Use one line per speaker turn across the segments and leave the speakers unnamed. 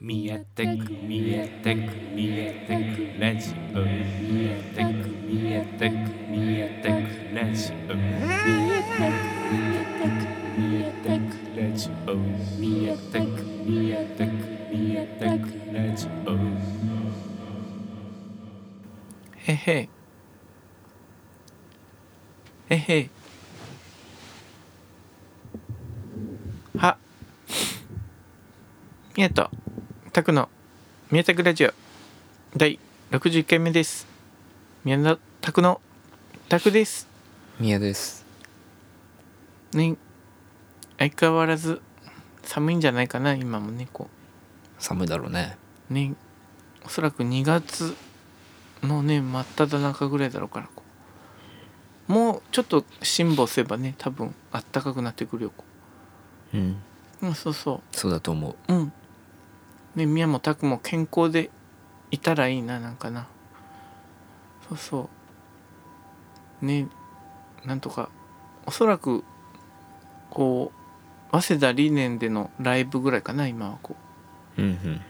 見えてく見えてく見えてくラジオ見えてく見えてく見えてくラジオラジオ見えてく見えてく見えてくラジオへへへへは宮とタクの宮田クラジオ第61回目です宮田タクのタクです
宮です
ね相変わらず寒いんじゃないかな今もねこ
寒いだろうね
うねおそらく2月のね真っ只中ぐらいだろうからこうもうちょっと辛抱すればね多分あったかくなってくるよこ
うん
ううんそうそ
そうだと思う
ううんね宮も拓も健康でいたらいいななんかなそうそうねなんとかおそらくこう早稲田理念でのライブぐらいかな今はこう
うんうん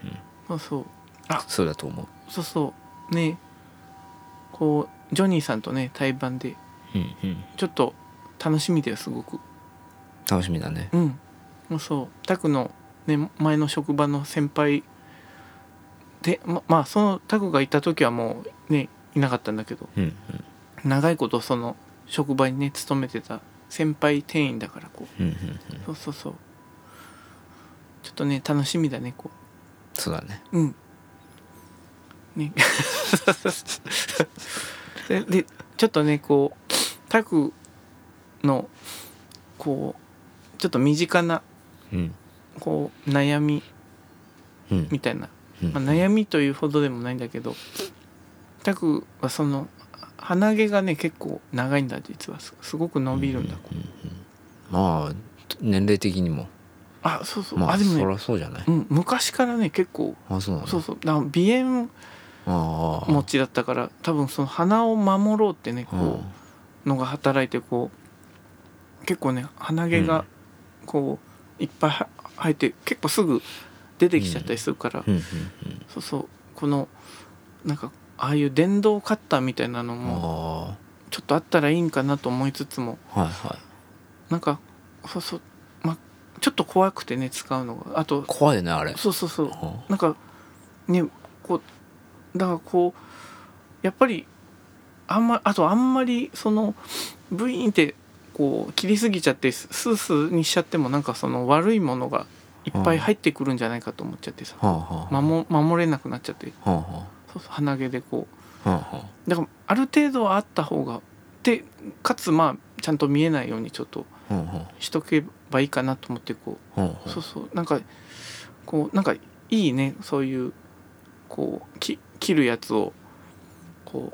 うん
そうそう
そうだと思
そうそうねこうジョニーさんとね対バンで
ううんうん
ちょっと楽しみだよすごく
楽しみだね
うんもうそうタクのね前の職場の先輩でままあそのタクがいた時はもうねいなかったんだけど
うん
長いことその職場にね勤めてた先輩店員だからこ
うんうんうん
うそうそうそうちょっとね楽しみだねこ
そうだね
ううんね ででちょっとねこうタクのこうちょっと身近な
うん
こう悩み
うん
みたいな、
うん
まあ、悩みというほどでもないんだけどタクはその鼻毛がね結構長いんだ実はすすごく伸びるんだ、
うんうんうんまあ年齢的にも
あそうそう、
ま
あ
あ
でも
そ
ね、
りゃそうじゃない
うん、昔からね結構
あそうなんだ
そうそうだから鼻炎
ああ
持ちだったから多分その鼻を守ろうってね
う
こうのが働いてこう結構ね鼻毛がこういっぱいは生えて結構すぐ出てきちゃったりするから、
んうん
そうそうこのなんかああいう電動カッターみたいなの
うん
も
あ
ちょっとあったらいいんかなと思いつつも
あはいはい
なんかそうそうまちょっと怖くてね使うのがあと
怖いよねあれ
そうそうそう
あ
なんかねこうだからこうやっぱりあんまあとあんまりそのブイーンってこう切りすぎちゃってススースーにしちゃってもなんかその悪いものがいっぱい入ってくるんじゃないかと思っちゃってさ
あはあはあは
守守れなくなっちゃって
あは
そうそう鼻毛でこう
あは
だからある程度はあった方がでかつまあちゃんと見えないようにちょっと
あはあは
しとけばいいかなと思ってこ
あは
う
あ
そうそうなんかこうなんかいいねそういうこうき切るやつをこ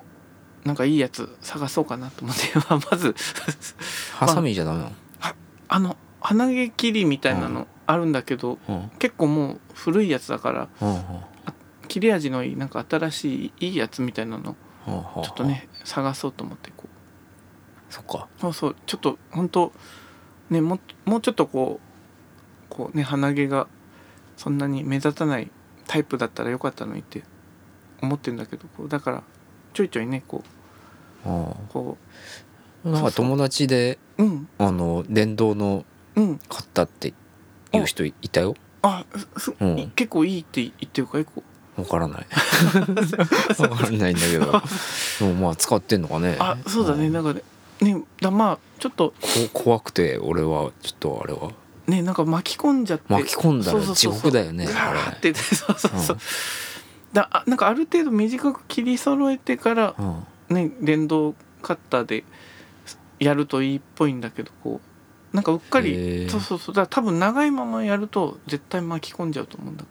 うなんかいいやつ探そうかなと思って まず
ハサミじゃダメなの
あの鼻毛切りみたいなのあるんだけど、
うん
結構もう古いやつだから
うんうん
切れ味のいいなんか新しいいいやつみたいなの
はあはあはあ
ちょっとね探そうと思ってこう
そっか
そうそうちょっと本当ねももうちょっとこうこうね鼻毛がそんなに目立たないタイプだったらよかったのにって思ってんだけどこうだからちょいちょいねこ
あ
うこ
あなん
そう
か
そう
友達で
ううん
あの電動の
うん
買ったっていう人いたよ
あす、
うん
い結構いいって言ってるかいこう
わからない わからないんだけどでもまあ使ってんのかね
あそうだね
ん
なんかねねだまあちょっと
こ怖くて俺はちょっとあれは
ねなんか巻き込んじゃって
巻き込んだ
そうそ
ら
うそ
地
うそう
獄だよねあ
ガーっ
れ
てそうそうそう、
うん
だあなんかある程度短く切り揃えてから
うん
ね、電動カッターでやるといいっぽいんだけどこうなんかうっかり
へえ
そうそうそうだから多分長いままやると絶対巻き込んじゃうと思うんだ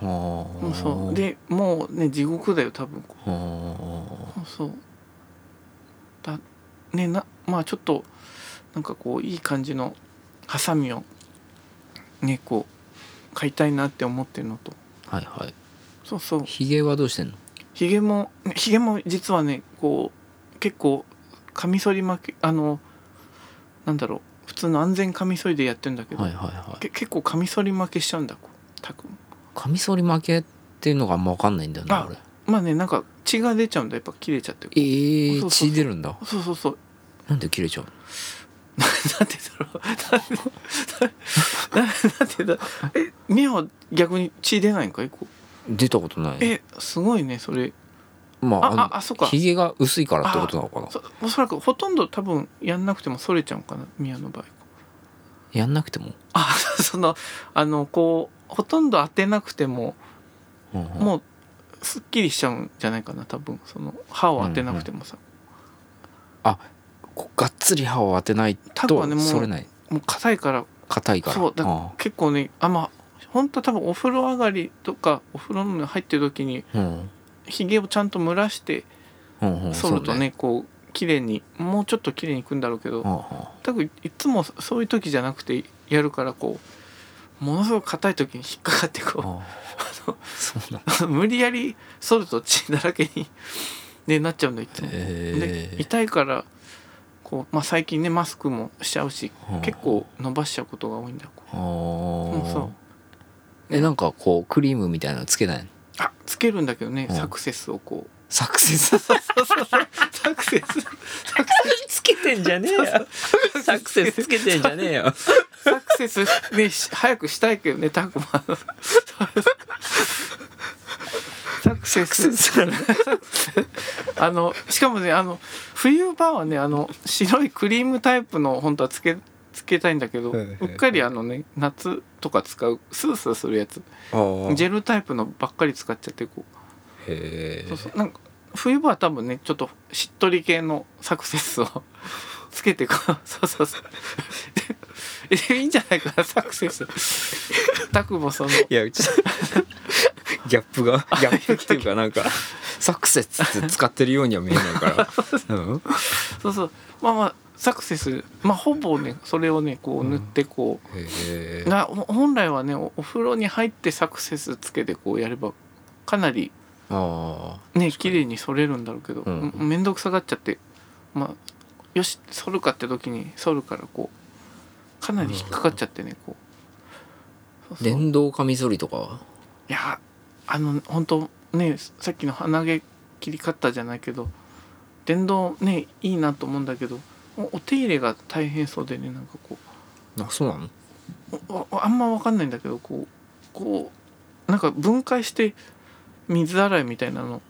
こ
あ
ううん
ー
そうでもうね地獄だよ多分こ
あー
うそうだねなまあちょっとなんかこういい感じのハサミをねこう買いたいなって思ってるのと
はいはい
そうそう
ひげはどうしてんの
ひげもひげも実はねこう結構カミソリ巻きあのなんだろう普通の安全カミソリでやってるんだけど、
はいはいはい
け結構カミソリ負けしちゃうんだこうたくん
カミソリ負けっていうのがあんま分かんないんだよな
あ
俺
まあねなんか血が出ちゃうんだやっぱ切れちゃって
えー、
そうそうそう
血出るんだ
そうそう そう
なんで切れちゃうの
なんでだろうなんでななんでだえミヤは逆に血出ないんかいこう
出たことない
えすごいねそれ
まあ
あ
あ
あ
の
あそうか
ひげが薄いからってことなのかな
そおそらくほとんど多分やんなくてもそれちゃうんかなミヤの場合
やんなくても、
あ そのあのこうほとんど当てなくても
うんうん
もうすっきりしちゃうんじゃないかな多分その歯を当てなくてもさ、
こうがっつり歯を当てない
多分
と
はねもう
それない
もう硬いから
硬いから
そうだ
あ
結構ねあまあ本当多分お風呂上がりとかお風呂の入ってる時に
あうん
ひげをちゃんと蒸らして
うんうん
剃る
そ
と
う
ねこう綺麗にもうちょっと綺麗にいくんだろうけど
うんうん
多分いつもそういう時じゃなくてやるからこうものすごく硬い時に引っかかってこ
ああそうなんだ
う 無理やり剃ると血だらけに、 ね、なっちゃうんだいつも。
へ
で
え
痛いからこう、まあ、最近ねマスクもしちゃうし結構伸ばしちゃうことが多いんだよこ
ああ
うもうそう
えなんかこうクリームみたいなのつけないの
あつけるんだけどね
うん
サクセスをこう
サクセス
そうそうそうサクセスサクセ
つけてんじゃねえよサクセスつけてんじゃねえよ
スサクセスねし早くしたいけどねタクマサクセスあのしかもねあの冬場はねあの白いクリームタイプの本当はつけつけたいんだけど
はいはいはいう
っかりあのね夏とか使うスースーするやつ
ああ
ジェルタイプのばっかり使っちゃってこう
へ
そうそうなんか冬場は多分ねちょっとしっとり系のサクセ スをつけてこうそうそうそうでえいいんじゃないかなサクセスタクもその
いやうちギャップがギャップっていうかなんかサクセスって使ってるようには見えないから うん
そうそうまあまあサクセスまあほぼねそれをねこう塗ってこ
へえ
う、なほ本来はねおお風呂に入ってサクセスつけてこうやればかなり
あ
ね綺麗に剃れるんだろうけど、
うん
めんどくさがっちゃってまあよし剃るかって時に剃るからこうかなり引っかかっちゃってねこ
あ
うそうそうい
電動カミソリとかは
やあの本当ねさっきの鼻毛切り方じゃないけど電動ねいいなと思うんだけどおお手入れが大変そうでねなんかこ
あそうなの
うおおあんま分かんないんだけどこうこうなんか分解して水洗いみたいなの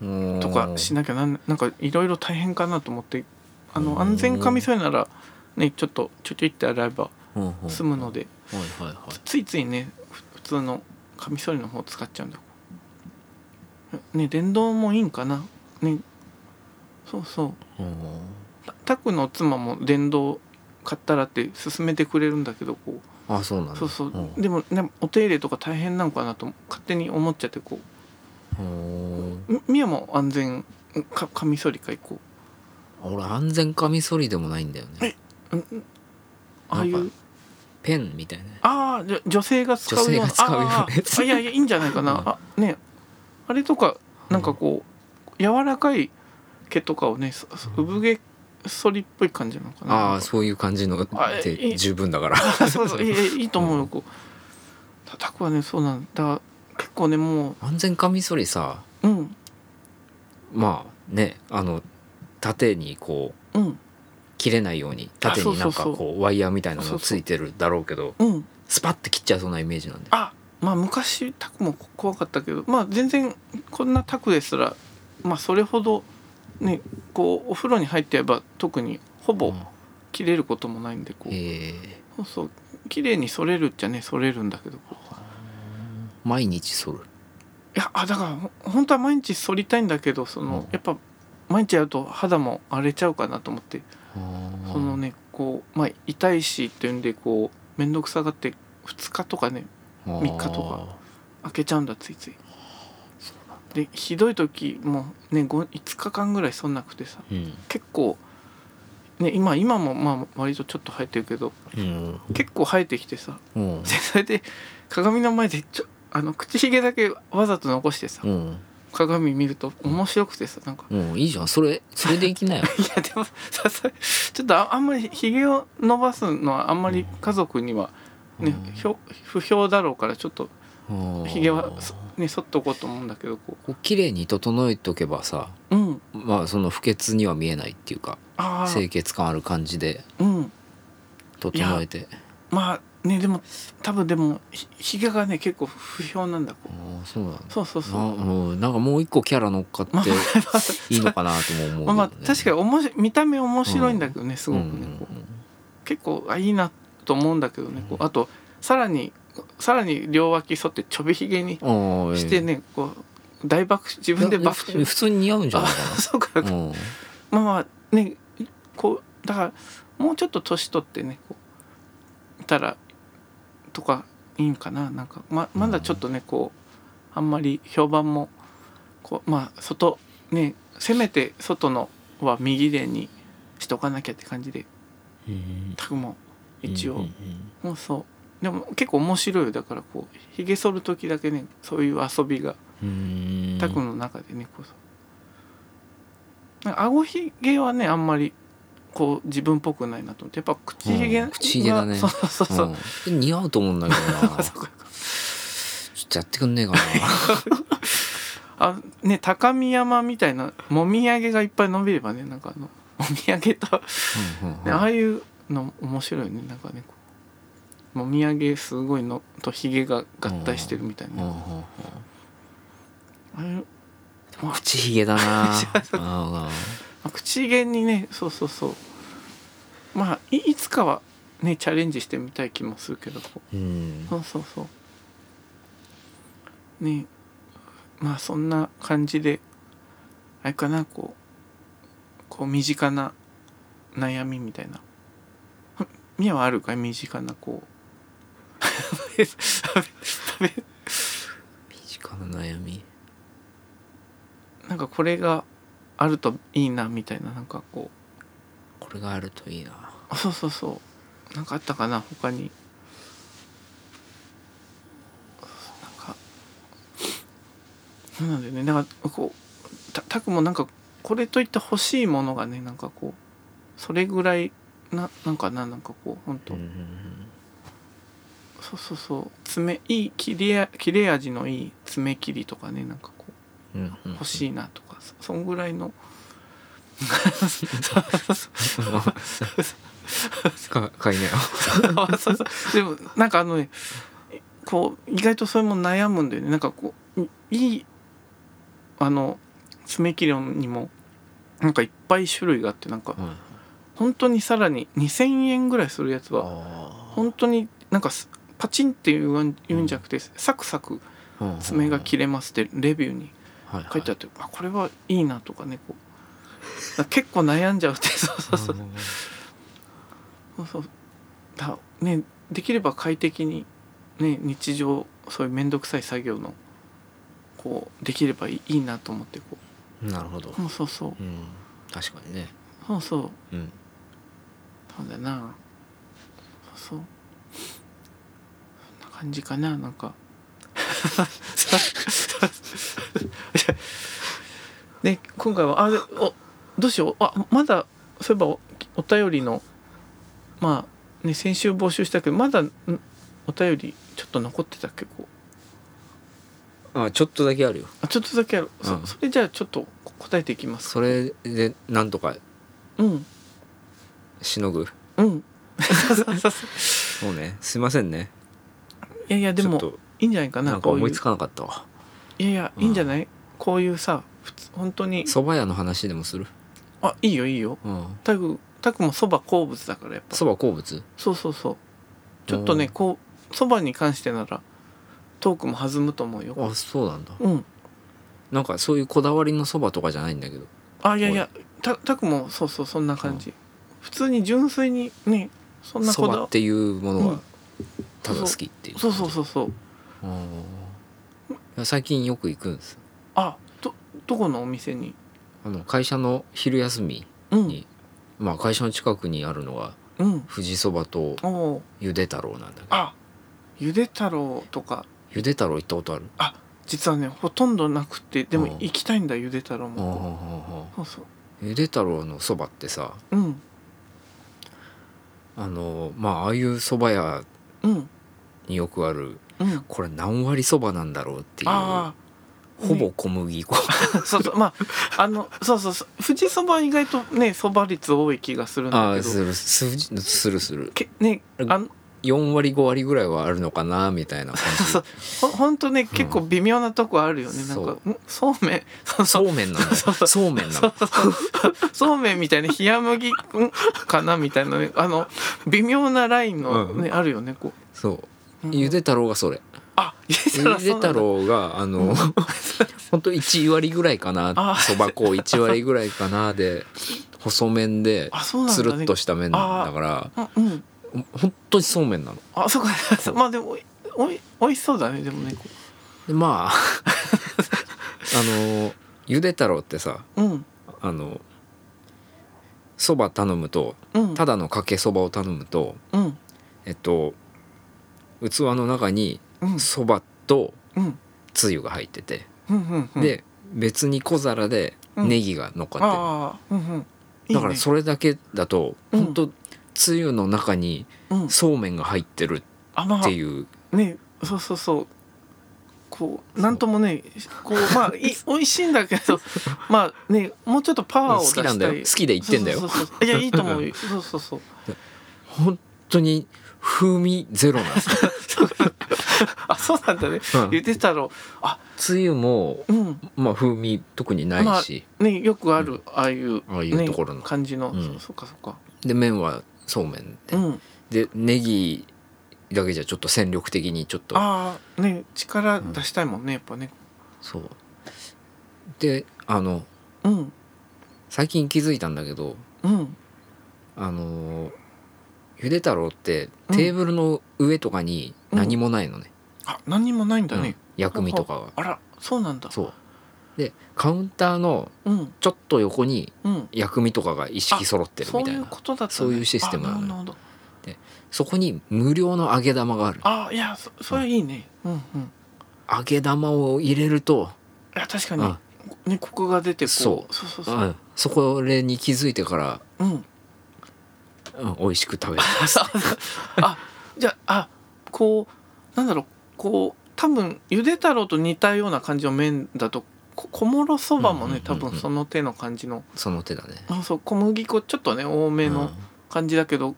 うん
とかしなきゃなんなんかいろいろ大変かなと思ってあ
うん
の安全カミソリならねちょっとちょちょいって洗えば
うんうん
済むので
はいはいはい
ついついねふ普通のカミソリの方使っちゃうんだね電動もいいんかなねそうそう
うん
たタクの妻も電動買ったらって勧めてくれるんだけどこう
あそうなんだ
そうそう、
ん
でもねお手入れとか大変なのかなと勝手に思っちゃってこ
うん
うみみやも安全かカミソリかいこう
俺安全カミソリでもないんだよね
うんうんああい
なん
う
かペンみたいな
ああじゃ女性が使うような
女性が使うような
ああ
やつ
あいやいやいいんじゃないか
う
なんあねあれとかなんかこう柔らかい毛とかをねそそ産毛剃りっぽい感じなのかな
あ
なん
あ
か
そういう感じの
あえ
で十分だから
あそうそういやいやいいと思うよこうたたくはねそうなんだ結構ねも
安全カミソリさ
ううん
まあねあの縦にこう
うん
切れないように縦になんか
そうそう
こうワイヤーみたいな
そ
の
うそう
ついてるだろうけど
うん
スパッて切っちゃいそうなイメージなんで
あまあ昔タクもこ怖かったけどまあ全然こんなタクですらまあそれほどねこうお風呂に入ってやれば特にほぼ、
うん
切れることもないんでこう
ええ
そうそう綺麗に剃れるっちゃね剃れるんだけどこう
毎日剃る
いやあだからほ本当は毎日剃りたいんだけどその、
うん
やっぱ毎日やると肌も荒れちゃうかなと思ってそ
そ
のねこう、まあ、痛いしっていうんでこう面倒くさがって2日とかね
3
三日とか開けちゃうんだついつい。でひどい時もうね5 5日間ぐらいそんなくてさ
うん
結構、ね、今今もまあ割とちょっと生えてるけど
うん
結構生えてきてさ
うん
でそれで鏡の前でちょあの口ひげだけわざと残してさ
うん
鏡見ると面白くてさなんか
うんいいじゃんそれそれでいき なよ
いやでもささちょっとああんまりひげを伸ばすのはあんまり家族にはね、
うん
ひょ不評だろうからちょっとひげはそね剃っとこうと思うんだけどこ
こう綺麗に整えとけばさ
ううん
まあその不潔には見えないっていうか
あ
清潔感ある感じで
あうん
整えて
まあねでも多分でもひひげがね結構不評なんだこ
ああそうなんだ
うそうそう
な
そう
うんなんかもう一個キャラ乗っかって いいのかなとも思うけどね、
まあまあ確かにおもし見た目面白いんだけどねすごくね、こ
うんうん
う結構あいいなと思うんだけどねこうあとさらにさらに両脇剃ってちょびひげに
うんああ
してねこう大爆自分で爆
いや普通に似合うんじゃないか
あ そうか
なうん
まあまあねこうだからもうちょっと年取ってねこういたらとかいいんかななんかままだちょっとねこうあんまり評判もこうまあ外ねせめて外のは右でにしとかなきゃって感じでタクも一応、
うんうん
もうそうでも結構面白いよだからこうひげ剃る時だけねそういう遊びが
うんうん
タクの中でねこうなんか顎ひげはねあんまりこう自分っぽくないなと思ってやっぱ口ひげ
うん口ひげだね
そうそうそうそう、
うん似合うと思うんだけ どなちょっとやってくんねえかな
あね高見山みたいなもみあげがいっぱい伸びればねなんかあのもみあげと、ね、
うんうんうん
ああいうの面白いねなんかねこうもみあげすごいのとひげが合体してるみたい
うん
な、
うんうん
ああいうまあ
口ひげだな あ
まあ口ひげにねそうそうそうまあいいつかはねチャレンジしてみたい気もするけどこう
ーうん
そうそうそうねまあそんな感じであれかなこうこう身近な悩みみたいなふみやはあるかい身近なこう
身近な悩み
なんかこれがあるといいなみたいななんかこう
これがあるといいな
あそうそうそうなんかあったかな他になんかそうなんだよねだからこうたたくもなんかこれといって欲しいものがねなんかこうそれぐらいななんかななんかこう本当、
うん
そうそうそう爪いい切れや切れ味のいい爪切りとかねなんかこう
うんうんうん
欲しいなとか、そそんぐらいの
か 買いなよ
あそうそうでもなんかあのねこう意外とそれも悩むんだよねなんかこういいいあの爪切りにもなんかいっぱい種類があってなんか
うん
本当にさらに2,000円ぐらいするやつは
あ
本当になんかすパチンって言うん言うんじゃなくてサクサク
ー
爪が切れますってレビューに書いてあ
っ
ってあこれはいいなとかねこうだから結構悩んじゃうってそうそうそうそうそうだねできれば快適に、ね、日常そういう面倒くさい作業のこうできればいいいいなと思ってこ
なるほど
ううんそうそ
う
う
ん確かにね
そうそう
うん
そうだなそうそうそんな感じかななんか ね今回はあでおどうしようあまだそういえばおお便りのまあね先週募集したけどまだんお便りちょっと残ってた結構
あちょっとだけあるよ
あちょっとだけある、
う
そ
ん
それじゃあちょっとこ答えていきます
それでなんとか
うん
しのぐ
うん
そうねすいませんね
いやいやで
ちょっ
も
と
いいんじゃないかな
なんか思いつ
こ
かなかったわ
ういういやいや
うん
いいんじゃない、こういうさ普通本当に
蕎麦屋の話でもする
あいいよいいよ
うん
タクタクもそば好物だからやっぱ
蕎麦好物
そうそうそうちょっとね
うん
こうそばに関してならトークも弾むと思うよ
あそうなんだ
うん
なんかそういうこだわりのそばとかじゃないんだけど
あいやいやタタクもそうそうそんな感じ、普通に純粋にねそんな
そ
こだ
ばっていうもの
う
は
ん
ただ好きっていう
そうそうそうそう
うん最近よく行くんです
あどどこのお店に
あの会社の昼休み
うん
にまあ会社の近くにあるのが
うん
富士そばと
おお
ゆで太郎なんだけど
あゆで太郎とか
ゆで太郎行ったことある
実はねほとんどなくてでも
うん
行きたいんだゆで太郎
うんうん
も
うんうん
そうそう
ゆで太郎のそばってさ
うん
あのまあああいうそば屋
うん
によくある
うん
これ何割そばなんだろうっていう
ああ
ほぼ小麦粉
あそうそうまああのそうそうそう富士そば意外とねそば率多い気がするん
あ
だ
あ
け
す
ど
るするするする
けねあの
4割5割ぐらいはあるのかなみたいな感じ
そうほほんとね結構微妙なとこあるよね、なんか
そ
んそうめんそうそ
そ
う
うめんなのそうめんなの
そうめんみたいな冷麦んかなみたいなねあの微妙なラインの、ねあるよねこ
そう
う、うん
ゆで太郎がそれ
あゆで
ゆで
た
太
ろ
郎があ の本当1割ぐらいか
あ
なそば粉1割ぐらいかなで細麺で
あそうなん
つ
だね
るっとした麺だから
あうん
本当にそうめんなの
あそうかそうまあでもおいおいおいしそうだねでもねこ
で まああのゆで太郎ってさ
ううん
あのそば頼むと
うん
ただのかけそばを頼むと
うん
えっと器の中に
うん
そばと
うん
つゆが入ってて、
うんうんうん
で別に小皿でネギが乗っかってる、
ああうんうんいいね
だからそれだけだと
うん
本当つゆの中に
うん
そうめんが入ってる
あま
っ
あ
ていう
ねそうそうそうこうなんともねこうまあい美味しいんだけどまあねもうちょっとパワーを
好
出した
き
い
なんだよ好きで言ってんだよ
そうそうそうそういやいいと思うよそうそうそう
本当に風味ゼロなんですよ
あそうなんだね
うん
言ってたろあ
つゆも
うん
まあ風味特にないし、
ねよくあるああいう
ああいう
ね
ところの
感じの
うん
そっかそっか
で麺はそうめんで、
うん
でネギだけじゃちょっと戦力的にちょっと
ああね力出したいもんねやっぱね
そうであの
うん
最近気づいたんだけど
うん
あのーゆで太郎ってテーブルの上とかに何もないのね、
あ何にもないんだ
うん
ね
薬味とかは
あらそうなんだ
そうでカウンターの
うん
ちょっと横に
うん
薬味とかが一式揃ってる
そ
み
う
たい
いう
なそ
ことだったね
そういうシステムなの
あ
よ
なるほど
こに無料の揚げ玉がある
あいやそそれいいねうんうんい
揚げ玉を入れると、
や確か
う
に
ん
ねコクが出てこ
そう
そうそう
う、
そうん
そこれに気づいてから、
うん
うん、美味しく 食べる
あじゃああこうなんだろうこう多分ゆで太郎と似たような感じの麺だとこ小諸そばもね
うんう
多
んうんうん
分その手の感じの
その手だね
あそう小麦粉ちょっとね多め
う
の
ん
感じだけど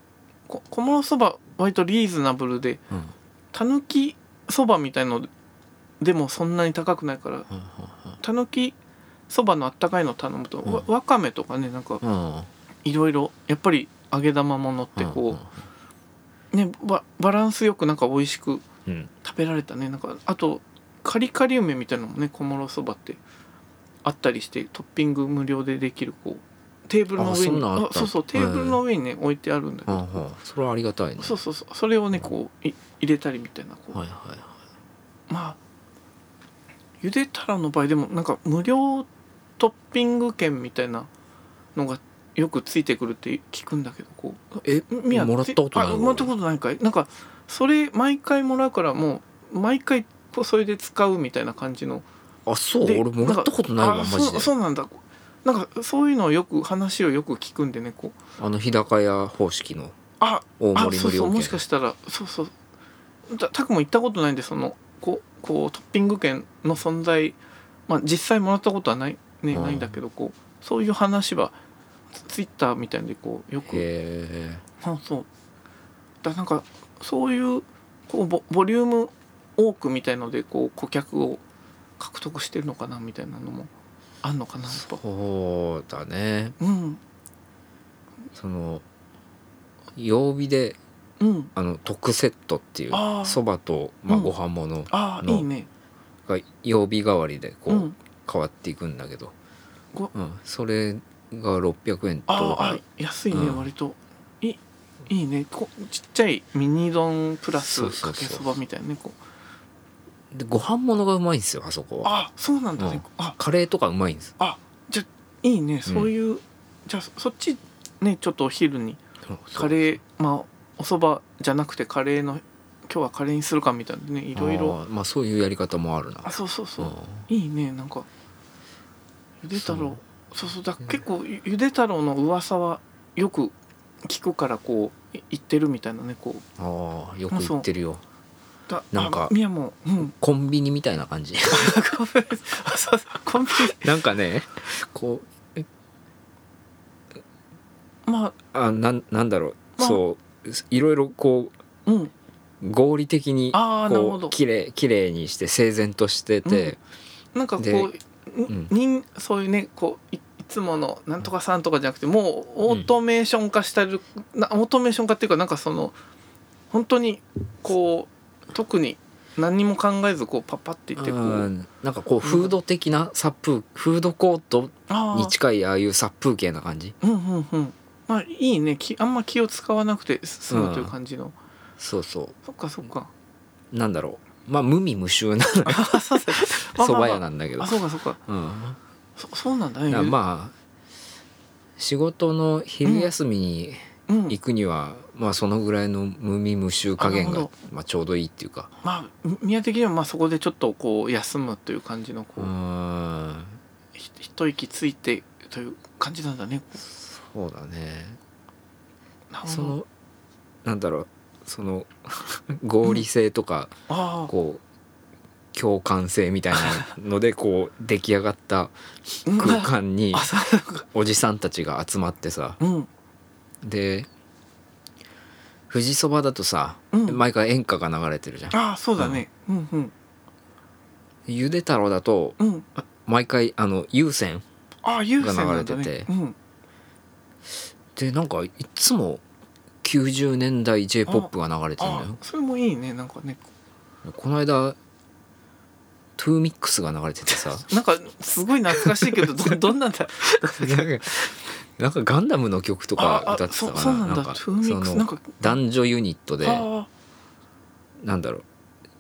こ小諸そば割とリーズナブルで
うんうん
たぬきそばみたいのでもそんなに高くないからたぬきそばのあったかいの頼むと、わ
う
わかめとかねなんか
うんうんうん
いろいろやっぱり揚げ玉も乗ってこう、ねババランスよくなんか美味し
う
く
ん、うん
食べられたねなんかあとカリカリ梅みたいなのもね小諸そばってあったりしてトッピング無料でできるこうテーブルの上
あそ
に
んなんあった
そうそうテーブルの上にね置いてあるんだけ
う
ど、
んうんそれはありがたいね
そうそうそうそれをねこうい入れたりみたいなこう、
はいはいはい
まあゆでたらの場合でもなんか無料トッピング券みたいなのがよくついてくるって聞くんだけどこう
え
みや
もらったことない
あ
わ
もらったことないかいなんかそれ毎回もらうからもう毎回こうそれで使うみたいな感じの
あそう
で
俺もらったことないわ
あ
マ
そ
ジ
う
で
そうなんだなんかそういうのをよく話をよく聞くんでねこう
あの日高屋方式の
あ
大
あ
盛り
そ
無
う
料
そう
券
もしかしたらそうそうたたくも行ったことないんでそのこうこうトッピング券の存在まあ実際もらったことはない,、ね
うん
ないんだけどこうそういう話はツツイッターみたいでこうよく
へ
あそうだなんかそういうこうボボリューム多くみたいのでこう顧客を獲得してるのかなみたいなのもあんのかな
え
やっぱ
そうだね
うん
その曜日で
うん
あの特セットってい
あー
うそばと、まあ、
うん
ご飯もの
ああ
の
いいね
が曜日代わりでこ
う
う、
ん
変わっていくんだけど
ご、
うん、それが600円と
あーあ安いね、
うん
割といいいいねこちっちゃいミニ丼プラス
そうそ
か
う
け
そう
そばみたいなねこう
でご飯物がうまいんですよあそこは
あそうなんだね、
うん
あ
カレーとかうまいんです
いいねそういう、じゃあそっちねちょっとお昼にカ
ー
レーまあおそばじゃなくてカレーの今日はカレーにするかみたいなねいろいろ
まあそういうやり方もあるな
あそうそうそう、
ん
いいねなんかゆで太郎そうそうだ
うん
結構ゆゆで太郎の噂はよく聞くからこうい言ってるみたいなねこう
ああよく言ってるよ
だ
なんか
あ宮もうん
コンビニみたいな感じ
あそうそうコンビ
なんかねこう
ニま
あなんなんだろう、
まあ
そういろいろこ
あうん
う合理的に
あーなるほ
こ
ど
う綺麗綺麗にして整然としてて、
なんかこ
で
う、
ん
人そういうねこういいつものなんとかさんとかじゃなくてもうオートメーション化したる、なオートメーション化っていうかなんかその本当にこう特に何も考えずこうパッパっていってこ
う
うん
なんかこうフード的な殺風フードコート
あ
に
ー
近いああいう殺風景な感じ
うんうんうんまあいいねきあんま気を使わなくて済むという感じの、
そうそ
そっかそっか
うなんだろうまあ無味無臭な
あそう そうまあ
蕎
まあまあ
麦屋なんだけど
あそうかそうか
うん
そそうなんだね
だからまあ仕事の昼休みに
うん
行くには、まあそのぐらいの無味無臭加減
あなる
が
ほ、
まあ、ちょうどいいっていうか
まあ宮的にはまあそこでちょっとこう休むという感じのこ
う
う、
ーん
ひ一息ついてという感じなんだね
そうだね
なるほど
そのなんだろうその 合理性とか、
ああ
こう共感性みたいなのでこう出来上がった
うん
空間に
あそうか
おじさんたちが集まってさ
うん
で富士そばだとさ、
うん
毎回演歌が流れてるじゃん
ああそうだねうんうん
ゆで太郎だと
うん
毎回あの優先
ああ優先なんだ
が流
ね
れてて
うん
でなんかいつも90年代 j p o p が流れてるんだ
あ
よ
あそれもいいねなんかね
この間トゥーミックスが流れてて さ
なんかすごい懐かしい けどどどんなんだ
なんかなんかガンダムの曲とか
あ
歌
あ
ってた
そ
かな
そうなんだ
か
トゥーミックス
その
なんか
男女ユニットで
あ
なんだろう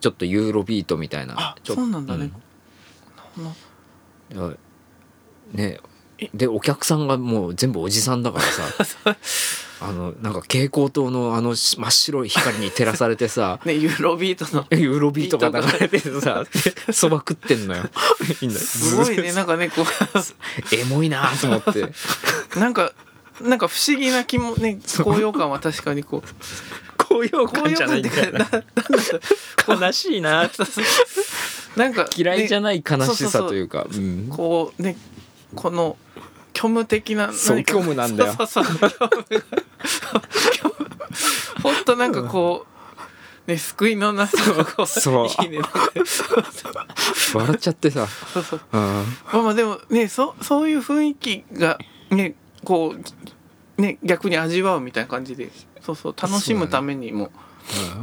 ちょっとユーロビートみたいな
あ
ちょ
そうなんだねあな
うんだからね
え
でお客さんがもう全部おじさんだからさ あのなんか蛍光灯のあのし真っ白い光に照らされてさ
ねユーロビート の
ユーロビートが流れてて さそば食ってんのよみんな
すごいねなんかねこ
エモいなと思って
うなんかなんか不思議な気もね高揚感は確かにこう
高揚
高
感
揚
じゃな
感っ
いん
ていう
だ
か
よ
な
な悲しいな
なんか、
嫌いじゃ
ね
ない悲しさというかうん
こうねこの虚無的な
そう
何か
虚無なんだよ
そうそう そう虚無虚無ほんとなんかこうね救いのなさがこう
そう
いいねなんか
笑っちゃってさ
そうそう
うん
まあまあでもねそそういう雰囲気がねこうね逆に味わうみたいな感じでそうそう楽しむためにも、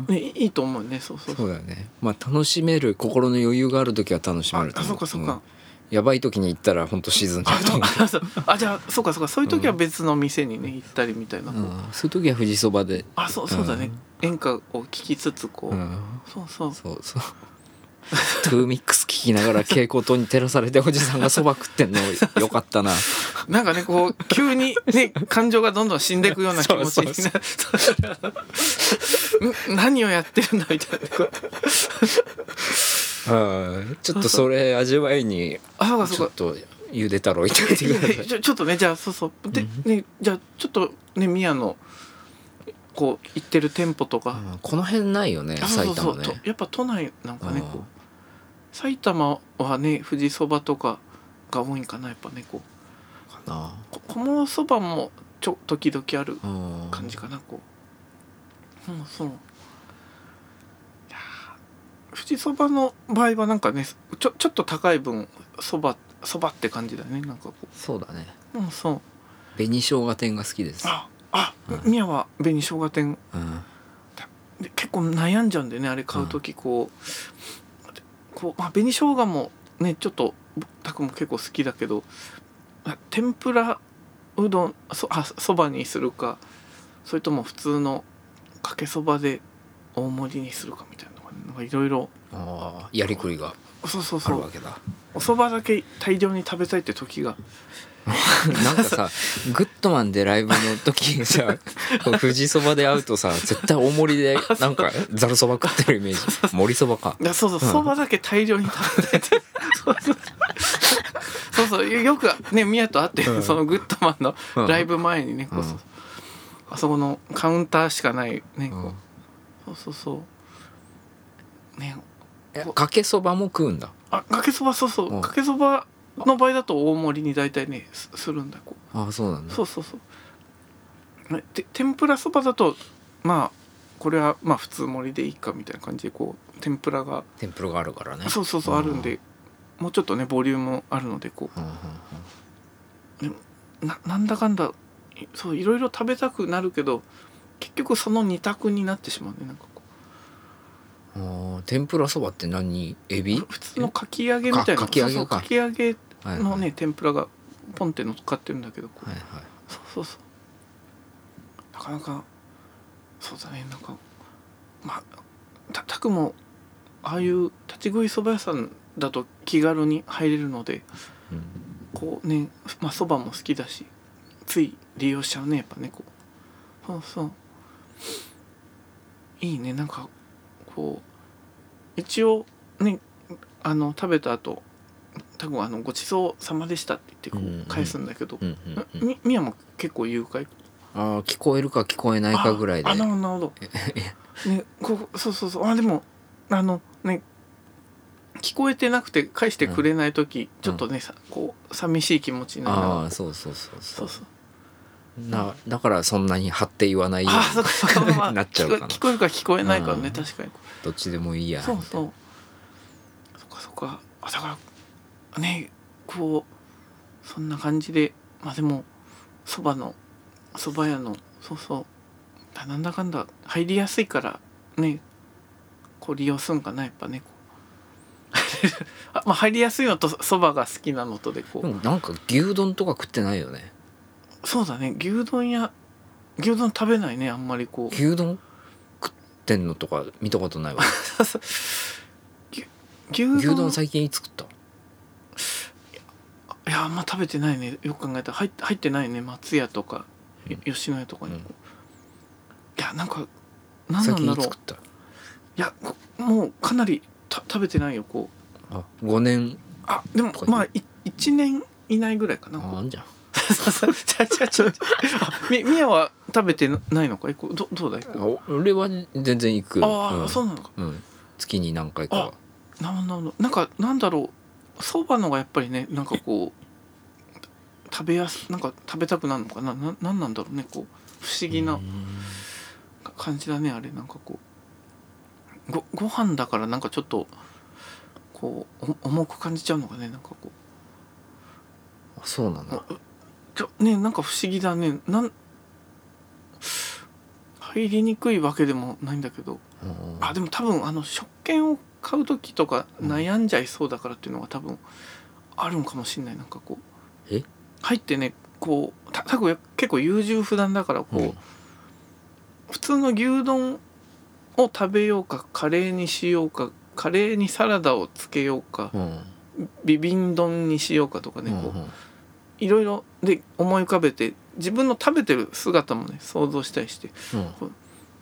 うん
ね、いいと思うねそうそう
そうだよねまあ楽しめる心の余裕がある時は楽しめ
あ
ると
あ
思
そうかそうか、
んやばい時に行ったら本当沈んじゃうと思
あそうあじゃあそうかそうかそういう時は別の店にね行ったりみたいな、
う、うん、そういう時は富士そばで、
あそうそうだね、演歌を聴きつつこ
う
う、
ん、
そうそう
そうそうトゥーミックス聞きながら蛍光灯に照らされておじさんがそば食ってんのよかったな
なんかねこう急に ね感情がどんどん死んでいくような気持ちにな
そう
るん 何をやってるんだ みたいなこう
うんちょっとそれ味わいに
あそうか
ち
そ
ょ
う
っ
か
とゆで太郎いただいてください
ちょちょっとねじゃあそうそうで、
うん
ねじゃあちょっとね宮のこう行ってる店舗とか、
うんこの辺ないよね
あそ
埼
うそうそ
玉
う、
ね
とやっぱ都内なんかね
うん
こう埼玉はね富士そばとかが多いんかなやっぱねこう
かな
こ小物そばもちょ時々ある
うん
感じかなこううんそういやー富士そばの場合はなんかねちょちょっと高い分そばそばって感じだねなんかこ
そうだね
ううんそう
紅生姜店が好きです
ああ
うん
宮は紅生姜店
うん
で結構悩んじゃうんでねあれ買う時こう,、こうまあ、紅生姜もねちょっとたくも結構好きだけどあ天ぷらうどんそあそばにするかそれとも普通のかけそばで大盛りにするかみたいなのがねなんかいろいろ
ああやりくりが
そうそう
あ
そ
るわ
う
けだ
おそばだけ大量に食べたいって時が
なんかさグッドマンでライブの時に さ富士そばで会うとさ絶対大盛りでなんかざるそば食ってるイメージ盛りそばか
いやそうそうそば、だけ大量に食べて てそうそうそうそうよくね宮と会って、
うん
そのグッドマン
う
の
ん
ライブ前にね、こう
うん
そうあそこのカウンターしかない
う
ね、
ん
こうそうそうそうね
えかけそばも食うんだ
あかけそばそうそう、
うん
かけそばの場合だと大盛りに大体ねすするんだこう
ああそうなんだ
そうそうそうねて天ぷらそばだとまあこれはまあ普通盛りでいいかみたいな感じでこう天ぷらが
天ぷらがあるからね
そうそうそうあるんでもうちょっとねボリュームあるのでこ
うんうんうん
うななんだかんだいそういろいろ食べたくなるけど結局その二択になってしまうねなんかこ
あー天ぷらそばって何エ
う
ビ
普通のかき揚げみたいな
かかき揚げか
そうそうかき揚げ
はいはい
のね天ぷらがポンって乗っかってるんだけどこう
はいはい
そうそうそうなかなかそうだねなんかまあたたくもああいう立ち食いそば屋さんだと気軽に入れるので
うん
こうねまあそばも好きだしつい利用しちゃうねやっぱねこうそうそういいねなんかこう一応ねあの食べた後たくあのごちそうさまでしたって言ってこ
うんうん
う返すんだけど、
うんうんうん
みみやも結構誘拐
ああ聞こえるか聞こえないかぐらいで
ああなるほどなるほどねここそうそうそうあでもあのね聞こえてなくて返してくれない時、ちょっとねさこう寂しい気持ちになる
ああそうそうそう
そ
そう
うそう
なだからそんなに張って言わないよ
ああ
う
そ
に
っかそっかまあまあ
なっちゃうかな
聞こえ聞こえるか聞こえないからね、
うん
確かに
どっちでもいいや
そう
みたい
そうそっかそっかあだからねこうそんな感じでまあでもそばのそば屋のそうそうあなんだかんだ入りやすいからねこう利用すんかなやっぱねこう あまあ入りやすいのとそばが好きなのとでこ
なで
う
もなんか牛丼とか食ってないよね
そうだね牛丼や牛丼食べないねあんまりこう
牛丼食ってんのとか見たことないわ
牛
牛丼最近いつ食った
いやあんま食べてないねよく考えたら入っ入ってないね松屋とか、い吉野家とかに、
うん
いやなんか何な
最
ん
近
だ
いつ
ろう
食った
いやこもうかなりた食べてないよこう
あ5年
あでも
とか
まあい1年以内ぐらいかな
あ
こ
あ
うん
じゃん
ちゃちゃちゃちゃあ みみやは食べてないのかいこうどどうだい
あお俺は全然行くよ
ああ、
うん
そうなのか
うん、月に何回かは
なるほどなるほどなんかなんだろうそばのがやっぱりねなんかこう食べやすなんか食べたくなるのかなななんなんだろうねこう不思議な、
うん
感じだねあれなんかこうごご飯だからなんかちょっとこうお重く感じちゃうのかねなんかこ
あそうなんだ
うちょねなんか不思議だねなん入りにくいわけでもないんだけど
うん
あでも多分あの食券を買う時とか
うん
悩んじゃいそうだからっていうのが多分あるんかもしんないなんかこう
え
入ってねこうた多分結構優柔不断だからこう、
うん
普通の牛丼を食べようかカレーにしようかカレーにサラダをつけようか
うん
ビビン丼にしようかとかねこ
う
うんいろいろで思い浮かべて自分の食べてる姿もね想像したりして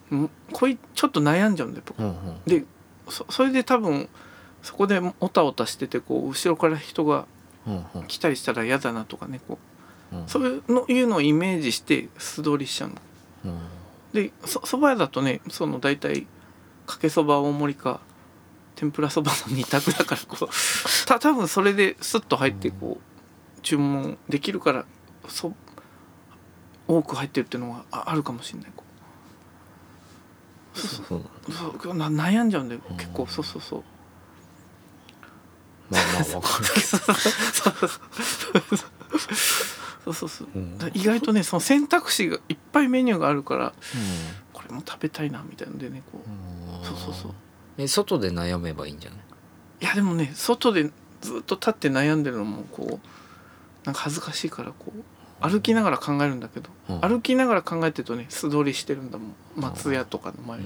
うん
んこいちょっと悩んじゃうんだよやっぱ
うんうん
でそそれで多分そこでおたおたしててこう後ろから人が
うんうん
来たりしたら嫌だなとかねこ
うん
うそういうのいうのをイメージして素通りしちゃうの。
うん
でそそば屋だとねその大体かけそば大盛りか天ぷらそばの二択だからこうた多分それでスッと入ってこう注文できるからそ多く入ってるっていうのはああるかもしれないこ
そうそうなんだ
うそうな悩んじゃうんだよ
うん
結構そうそうそう
まあまあわかるけ
そうそうそう
どうん
だ意外とねその選択肢がいっぱいメニューがあるからこれも食べたいなみたいのでねこう
うん
そうそうそう
え外で悩めばいいんじゃない
いやでもね外でずっと立って悩んでるのもこうなんか恥ずかしいからこう歩きながら考えるんだけど、
うん
歩きながら考えてるとね素通りしてるんだもん松屋とかの前を、
うん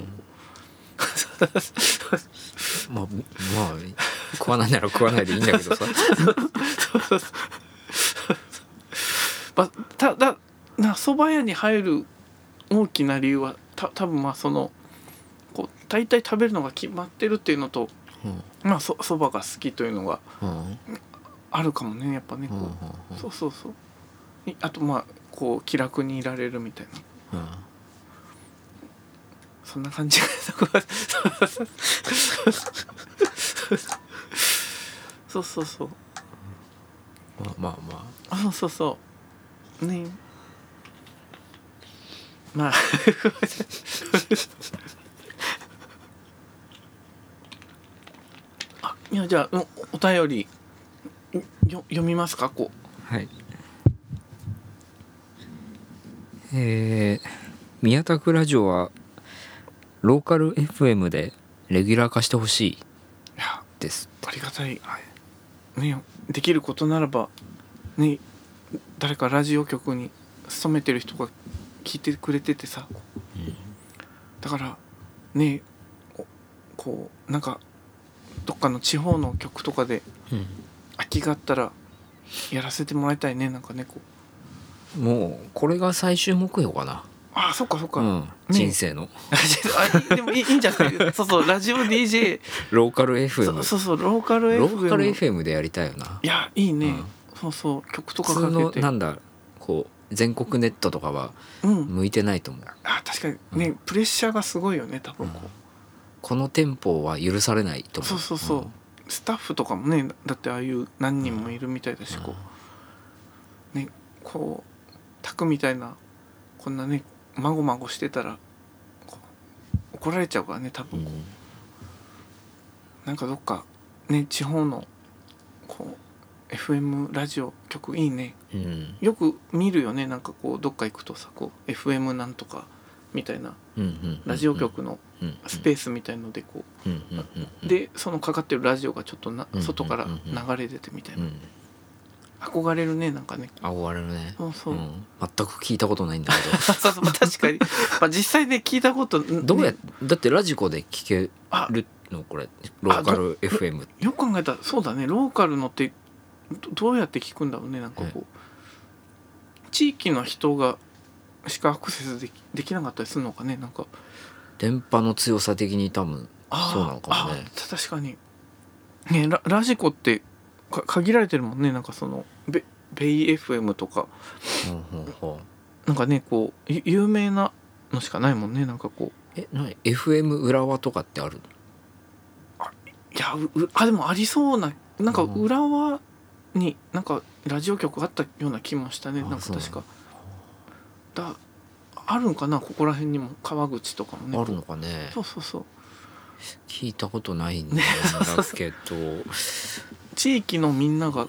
まあまあ食わないなら食わないでいいんだけどさ
ばただな蕎麦屋に入る大きな理由はた多分まあそのこう大体食べるのが決まってるっていうのと
うん
まあそ蕎麦が好きというのが
うん
あるかもねやっぱね
う
こ
ん
う、
うん
そうそうそういあとまあこう気楽にいられるみたいな
うん
そんな感じがそこはそうそうそう
まあまあま
あそうそうそうねまああいやじゃあおお便りよ読みますかこう
あはいえー、宮田区ラジオはローカル FM でレギュラー化してほしい
いや
です
ありがたい、ねできることならばね誰かラジオ局に勤めてる人が聞いてくれててさ、だからねここうなんかどっかの地方の局とかで空きがあったらやらせてもらいたいねなんかねこう
もうこれが最終目標かな、
あそっかそっか、
うん、人生の
あ でもいいいいんじゃ ないそうそうラジオ DJ
ローカル
そう
FM
そうそうローカル FM
ローカル FM でやりたいよない
やいいね、
うん
そうそう曲と
普
か
通
か
の
けて
なんだこう全国ネットとかは
うん
向いてないと思う、
あ確かにね、プレッシャーがすごいよね多分、
うんこの店舗は許されないと思う
そうそうそう、スタッフとかもねだってああいう何人もいるみたいだし、こうねこうタクみたいなこんなねまごまごしてたらこう怒られちゃうからね
う
多分
ん
こう、なんかどっかね地方のこう FM ラジオ局いいね
うん
よく見るよねなんかこうどっか行くとさこう FM なんとかみたいな
うんうん
ラジオ局のスペースみたいのでこう
うんうんうんうんうん
でそのかかってるラジオがちょっとな
うん
外から
うんうんうん
流れててみたいうなん憧れるねなんかね
憧れるね
そうそう、
うん全く聞いたことないんだ
そうそうまあ 確かに、まあ、実際ね聞いたこと
けど どうや
ね
だってラジコで聞け
あ
るのこれローカル FM って
よく考えたらそうだねローカルのってどどうやって聞くんだろうねなんかこう、地域の人がしかアクセスできできなかったりするのかねなんか
電波の強さ的に多分
あー
そうなのかもね
あー確かにねララジコってか限られてるもんねなんかそのベベイ FM とか
ほうほうほう
なんかねこうゆ有名なのしかないもんねなんかこう
えなに FM 浦和とかってある
いやううあでもありそうななんか
うん
浦和になんかラジオ局あったような気もしたね
あ
なんか
そう
確かだあるんかなここら辺にも川口とかもね
あるのかね
そうそうそう
聞いたことないん ですけど
地域のみんなが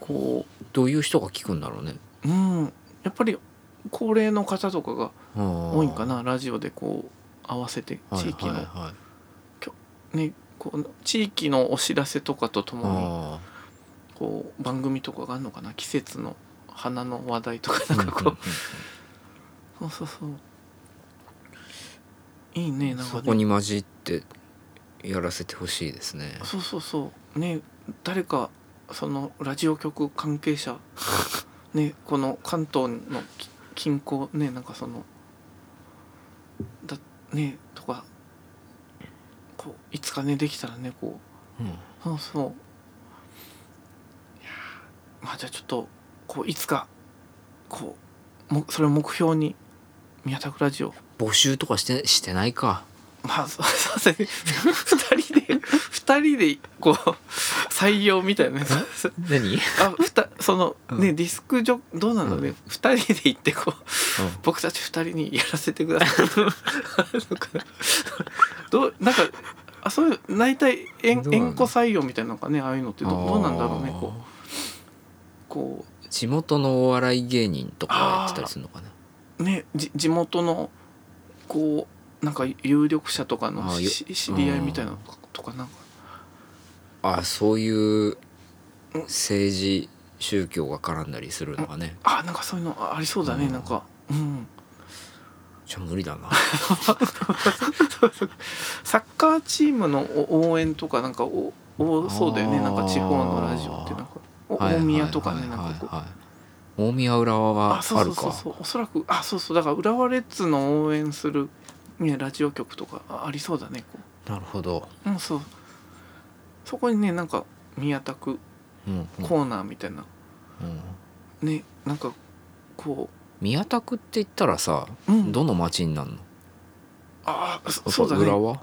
こ
どういう人が聞くんだろうね
ううんやっぱり高齢の方とかが
多
多いんかなラジオでこう合わせて地域の、
はいはいはい
ねこう地域のお知らせとかとともに
あ
こう番組とかがあるのかな季節の花の話題とか
あ
なんかこう、そうそうそういいねなんか
そ
ね
こに混じってやらせてほしいですね
そうそうそうね誰かそのラジオ局関 係者ねこの関東のき近郊ねなんかそのだねとかこういつかねできたらねこう
うん
そうそういやーまあじゃあちょっとこういつかこうもそれを目標に宮田クラジオ
募集とかしてしてないか
まあそう そうですね二人で二人でこう採用みたいなねそう
何
あふたその
うん
ねディスクジョどうなの
う
ね
ん
二人で 行ってこう僕たち二人にやらせてください なんかどうなんかあそういう大体縁
どうなんだ
縁故採用みたいなのかねああいうのってどどうなんだろうねこう
う
こ
地元のお笑い芸人とかやってたりするのかな
うねじ地元のこうなんか有力者とかの
あーよ
し知り合いみたいなのとかなんか
あそういう政治宗教が絡んだりするのがね
あーなんかそういうのあありそうだね
うん
なんかうん
じゃあ無理だ な
サッカーチームのお応援とかなんかお多そうだよね
あー
なんか地方のラジオってなんかお
はいはいはいはい
大宮とかねなんかこう
はい大宮浦和は
あ
あ
そうそ
る
うそう
か
そうおそらくあそうそうだから浦和レッズの応援する、ね、ラジオ局とかあありそうだねこ
なるほど
ううんそうそこにねなんか宮田区
うんうん
コーナーみたいな、
うん
ねなんかこ
宮田区って言ったらさ
う、うん、
どの町になるの
ああそ
ぱ
そうだ
浦
ね
和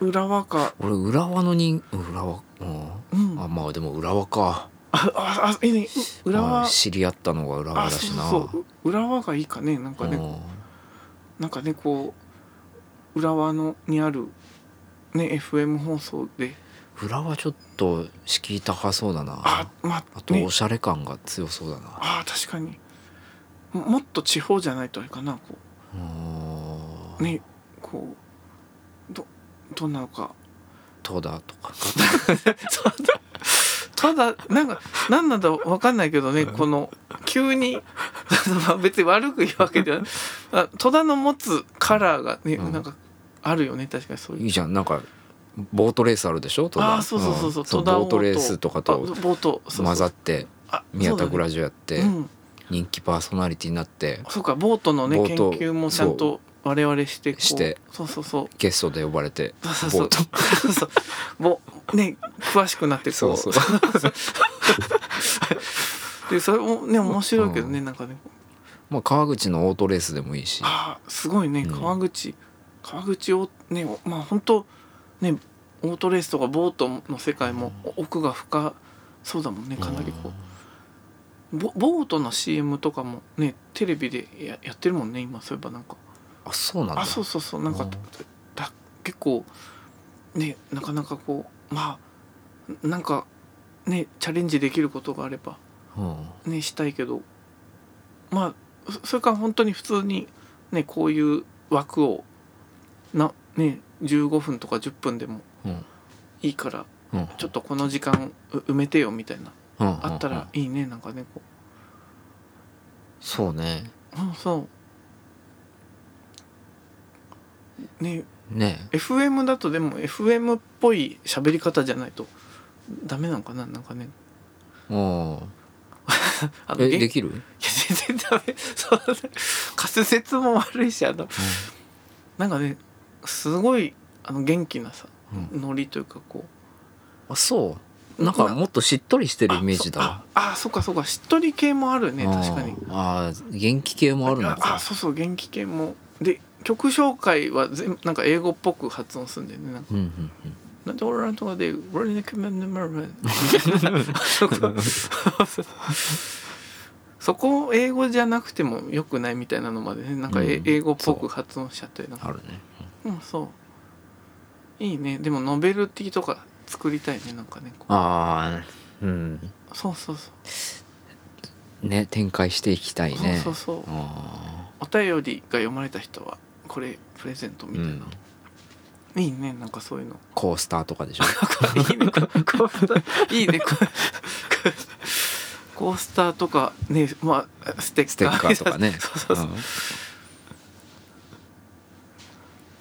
浦和か
俺浦和の人浦和うん
うんあ
あまあでも浦和か
ああいいねう浦
まあ
和
知り合ったのが浦和
あ
だ
そ
し
う
な
そうそうう浦和がいいかねなんかね、
うん
なんかねこう浦和のにあるね FM 放送で
浦和ちょっと敷居高そうだな
あま
あ
あ、
と
ね
お、しゃれ感が強そうだな
あ確かにももっと地方じゃないとあれかなこ
うん
うねこうどどんなのか
戸田とか
ただなんか何なんだわかんないけどねこの急に まあ別に悪く言うわけではないあ戸田の持つカラーがね、
うん
なんかあるよね確かにそういう
いいじゃんなんかボートレースあるでしょ戸田
あーそうそうそうそうん戸田
ボートレースとか
あ
と
冒頭
混ざって
あ
宮田グ
っ
ラジオやって
うん
人気パーソナリティになって
そうかボートのね
ボ
研
ート
究もちゃんと我々してこう
して
そうそうそう
ゲストで呼ばれて
そう
ボ
そうそ
ー
う
ト
そうそうもうね詳しくなってこう
そうそう
でそれもね面白いけどね、なんかね
まあ川口のオートレースでもいいし
ああすごいね
うん
川口、川口をねおまあ本当ねオートレースとかボートの世界もお奥が深そうだもんねかなりこうボボートの CM とかもねテレビでややってるもんね今そういえばなんか
あそうなんだ
あそうそうそうなんか
うん
だ結構ねなかなかこうまあなんかねチャレンジできることがあれば
うん
ねしたいけどまあそそれから本当に普通にねこういう枠をなね15分とか10分でも
うん
いいから
うん
ちょっとこの時間う埋めてよみたいな
うん
あった
うんうん
らいいねなんかねこ
そうね
ううんそうね
ね
FM だとでも FM っぽい喋り方じゃないとダメなのかななんかね
うん
あの
え
げん
できる うん
いや全然ダメそう滑舌も悪いしあのなんかねすごいあの元気なさ、
う
ノリというかこう
あそうなんかもっとしっとりしてるイメージだわ
あそああそっかそっかしっとり系もあるね確かに
あーあー元気系もあるの
あ
か
そうそう元気系もで曲紹介は全部なんか英語っぽく発音するんだよねなんか
うんうん
なんで俺らのとこで「俺に組めんね まる
うん
そこを英語じゃなくてもよくないみたいなのまでねなんかえ、
うん
英語っぽく発音しちゃってなんか
あるね
うんそういいねでもノベルティとか作りたいねなんかねこ
ああうん
うそうそうそう
ね展開していきたいね
そうそうそう
あ
お便りが読まれた人はこれプレゼントみ
ーう
たい
ん
な、いいねなんかそういうの
コースターとかでしょ
いいねここ ういいねこうコースターとかねまあステ
ス
ッ
テ
カー
ッカーとかね
そうそうそう
うん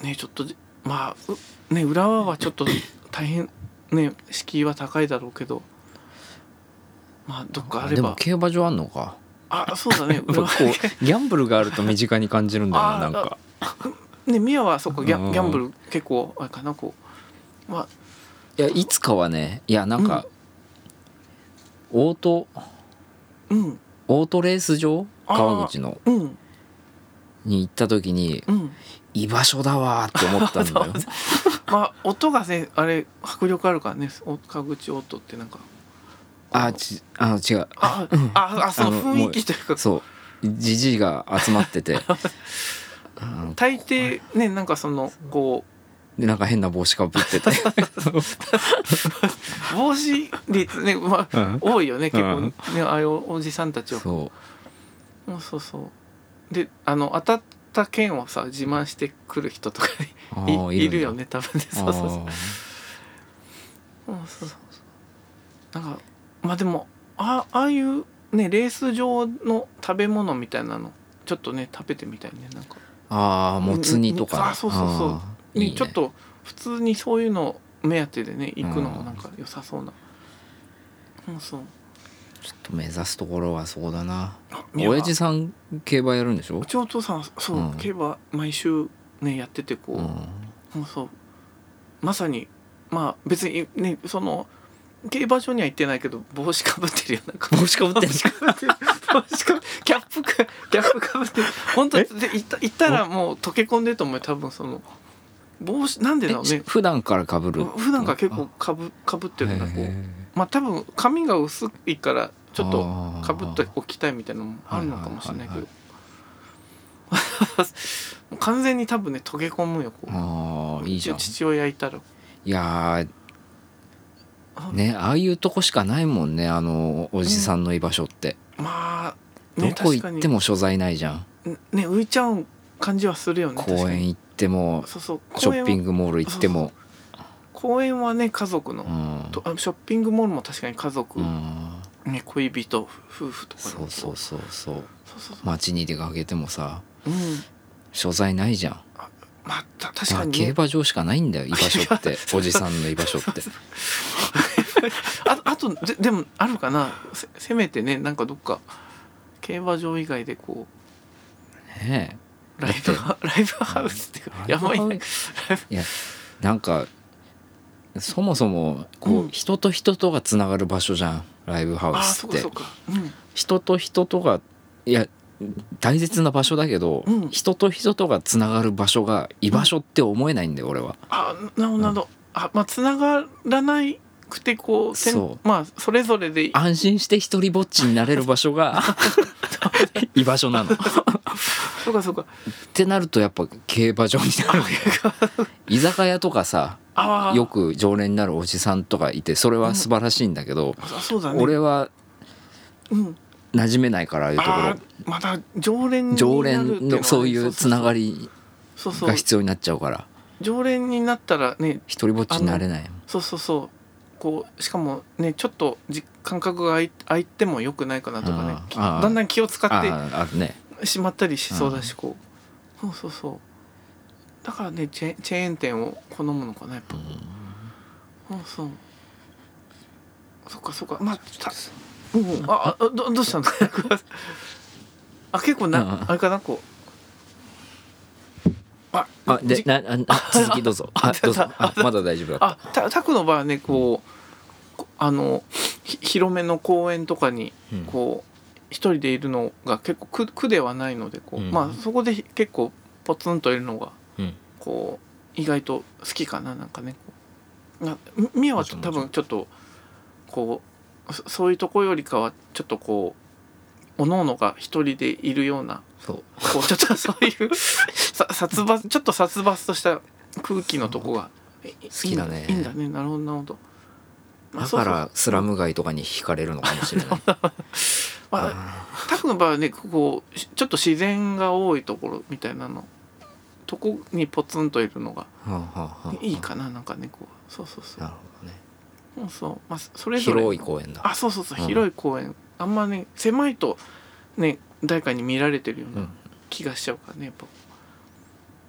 ねちょっとじまあうね浦和はちょっと大変ね敷居は高いだろうけどまあどっかあれ
でも
ば
競馬場あんの か
あそう だね浦
こ
和
うギャンブルがあると身近に感じるんだよ
あ
なな
ー
んか
ね ミヤはそっかギ
う
ャ
ん
ギャンブル結構あれかなこうま
いやいつかはねいやなんか、オート
あうん
オートレース場
あー
川口の
うん
に行った時に
うん
居場所だわーって思 ったんだよ
まあ音がねあれ迫力あるからねお川口音ってなんか
あちあの違う
あああその雰囲気というか
そうじじいが集まって てあの
大抵ねなんかそのこう
でなんか変な帽子かぶってて
帽子率ね まあ、
うん
多いよね結構
うん
ねああいうおじさんたちは
そ
うんそうそうであの当たった券をさ自慢してくる人とかね
うあ
い
ー
いるよ
ね
ね多分ねそうそうそううんそうそうそうなんかまあでもあああいうねレース場の食べ物みたいなのちょっとね食べてみたいねなんか、
あーもつ煮とか、
あそうそうそう
あー
ね
いいね
ちょっと普通にそういうの目当てでね行くの
う
も
ん
なんか良さそうなうんそう
ちょっと目指すところはそこだな
あ宮川
親父さん競馬やるんでしょ
うちのお父さんはそう、
うん
競馬毎週ねやっててこう、
うん
そうそうまさにまあ別にねその競馬場には行ってないけど帽子かぶってるよなんか
帽子かぶってんの
帽子かぶキャップかキャップかぶって本当で行った行ったらもう溶け込んでると思うよ多分その帽子なんでだろう
え
ね
普段から被る
普段から結構かぶかぶってるんだこう
う
まあ多分髪が薄いからちょっとかぶっておきたいみたいなのもあるのかもしれないけ
はいはいはい
ど
は
もう 完全に多分ね溶け込むよこう
ああいいじゃん
うちの父親いたら
いや
あ
ーねああいうとこしかないもんねあのおじさんの居場所って、
まあ
ど
ね
こ
確
行
か
っ
に
ても所在ないじゃん、
ね浮いちゃう感じはするよね確
公
か
園
に
行っても
そうそう
ショ
公園
ッ
は
ピングモール行って も
公園はね家族
う
の、
ん
とあショッピングモールも確かに家族、
うん
ね、恋人夫婦とか
そうそうそ
そ
うそう
うそうそう、
街に出かけてもさ
うん、
所在ないじゃん
まあた確
だか
からに、
競
ね、
馬場しかないんだよ居場所 っておじさんの居場所って
ああとででもあるかなせせめてねなんかどっか競馬場以外でこ
ね
うライブハライブハウスっていうか
え
やばい
あれ
ね
はいやなんかそもそもこ
うん
う人と人とがつながる場所じゃんライブハ
あ
ウ
あ
ス
そ
っ
うか
て
そうかうん
人と人とがいや大切な場所だけど、
うん
人と人とがつながる場所が居場所って思えないんだよ俺は。
あなるほどなるほど、あまあつながらないくてこうせん
そ
まあそれぞれでいい
安心して一人ぼっちになれる場所 が居場所なの。っ
そうかそうか
てなるとやっぱ競馬場になるんだよ。 居酒屋とかさ
ああ
よく常連になるおじさんとかいてそれは素晴らしいんだけど、
あそうだね
俺は
うん
馴染めないからああいうとこ
あーまた常連
ろ
になる
常
って
連のそういうつなが
り
り
そうそう
が必要になっちゃうから
常連になったらね
一人ぼっちになれないもん
そうそうそうこうしかもねちょっとじ感覚が空い空いてもよくないかなとかね
あー
き
あー
だんだん気を使
あ
っ
ーあるね
てしまったりしそうだしこうそうそうそうだからねチェチェーン店を好むのかなやっぱそうそうそっかそっかまあたうんああどどうしたの あ結構
うんう
なんあれかなこうあ
あで
じ
なああ続きどうぞあどうぞあまだ大丈夫だっ
あたタクの場合はねこうこあのひ広めの公園とかに
た、うん
こう一人でいるのが結構苦苦ではないのでこう、
うん
まあそこでひ結構ポツンといるのが
うん
こう意外と好きかななんかねこうなみみやは
もちろん
多分ちょっとこうそそういうとこよりかはちょっとこうおのおのが一人でいるような
そう
こうちょっとそう いうさ殺伐ちょっと殺伐とした空気のとこが好
きだね
いいんだねなるほどなるほど、まあ
だ
そう
か
そう
らスラム街とかに惹かれるのかもしれ ない
まあ、タクの場合はねこうしちょっと自然が多いところみたいなのとこにポツンといるのが
うんはあはあはあ
いいかななんかねこうそうそうそう
なるほどね
そうそうまあそれぞれ
広い公園だ
あそうそうそう、
うん
広い公園あんまね狭いとね誰かに見られてるよう
う
なん気がしちゃうからねやっぱ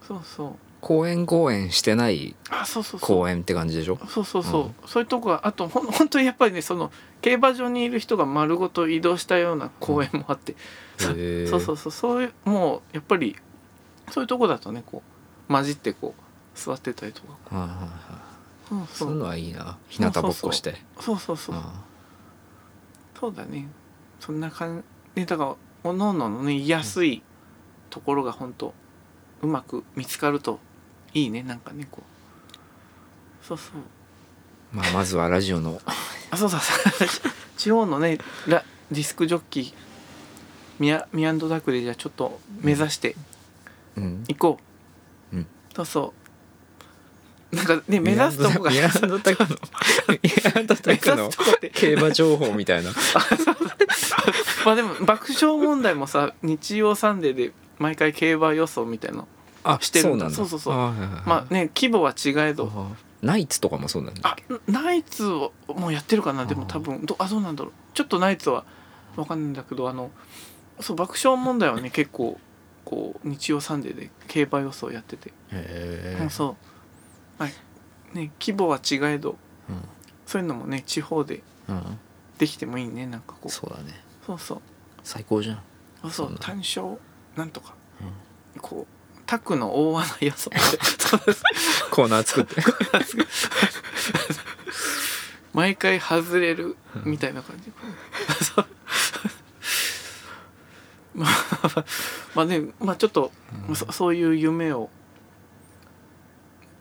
そうそう
公園公園してない
あそうそうそう
公園って感じでしょ
そうそうそう、
うん
そういうとこがあとほん本当にやっぱりねその競馬場にいる人が丸ごと移動したような公園もあって、
へえ
そうそうそうそういうもうやっぱりそういうとこだとねこう混じってこう座ってたりとか、
はいはいはい
うん、そ
そういう
う
のはいいな日向ぼっこして
そうそうそう、
あ
そうだねそんな感じねだからおのおののね居やすいところが本当うまく見つかるといいねなんかねこうそうそう
あまあまずはラジオの
あそうだそうだ 地方のねラディスクジョッキーミヤミヤンドダクでじゃあちょっと目指して
うん
行こう、
うん
そうそうなんかね目指すとこが
ミランドタクのミ ランド
目
タ
指
クの
すとこって
競馬情報みたいな
まあでも爆笑問題もさ日曜サンデーで毎回競馬予想みたいな
あ
してる
そうなんだ
そうそうそう
はいはいはい
まあね規模は違えど
あナイツとかもそうなんだ
あナイツをもうやってるかなでも
あー
多分どあどうなんだろうちょっとナイツはわかんないんだけどあのそう爆笑問題 はね結構こう日曜サンデーで競馬予想やってて、
へ
うんそうはいね規模は違えど
うん
そういうのもね地方で
うん
できてもいいねなんかこう
そうだね
そうそう
最高じゃん
そうそ
そううなの
単勝なんとか、こうタクの大穴予 想そうです
コーナー作って
毎回外れるみたいな感じ そうまあまあねまあちょっと、そそういう夢を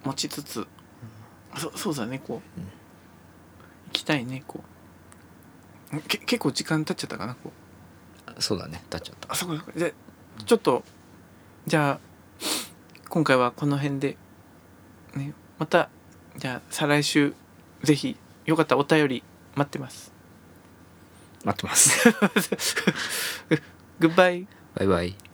持ちつつそそうだねこう、行きたいねこうけ結構時間経っちゃったかなこ う
そうだね立っちゃった
あそうかそうかじゃあちょっとじゃあ今回はこの辺で、ね、またじゃあ再来週ぜひよかったらお便り待ってます
待ってます
グッバイ
バイバイ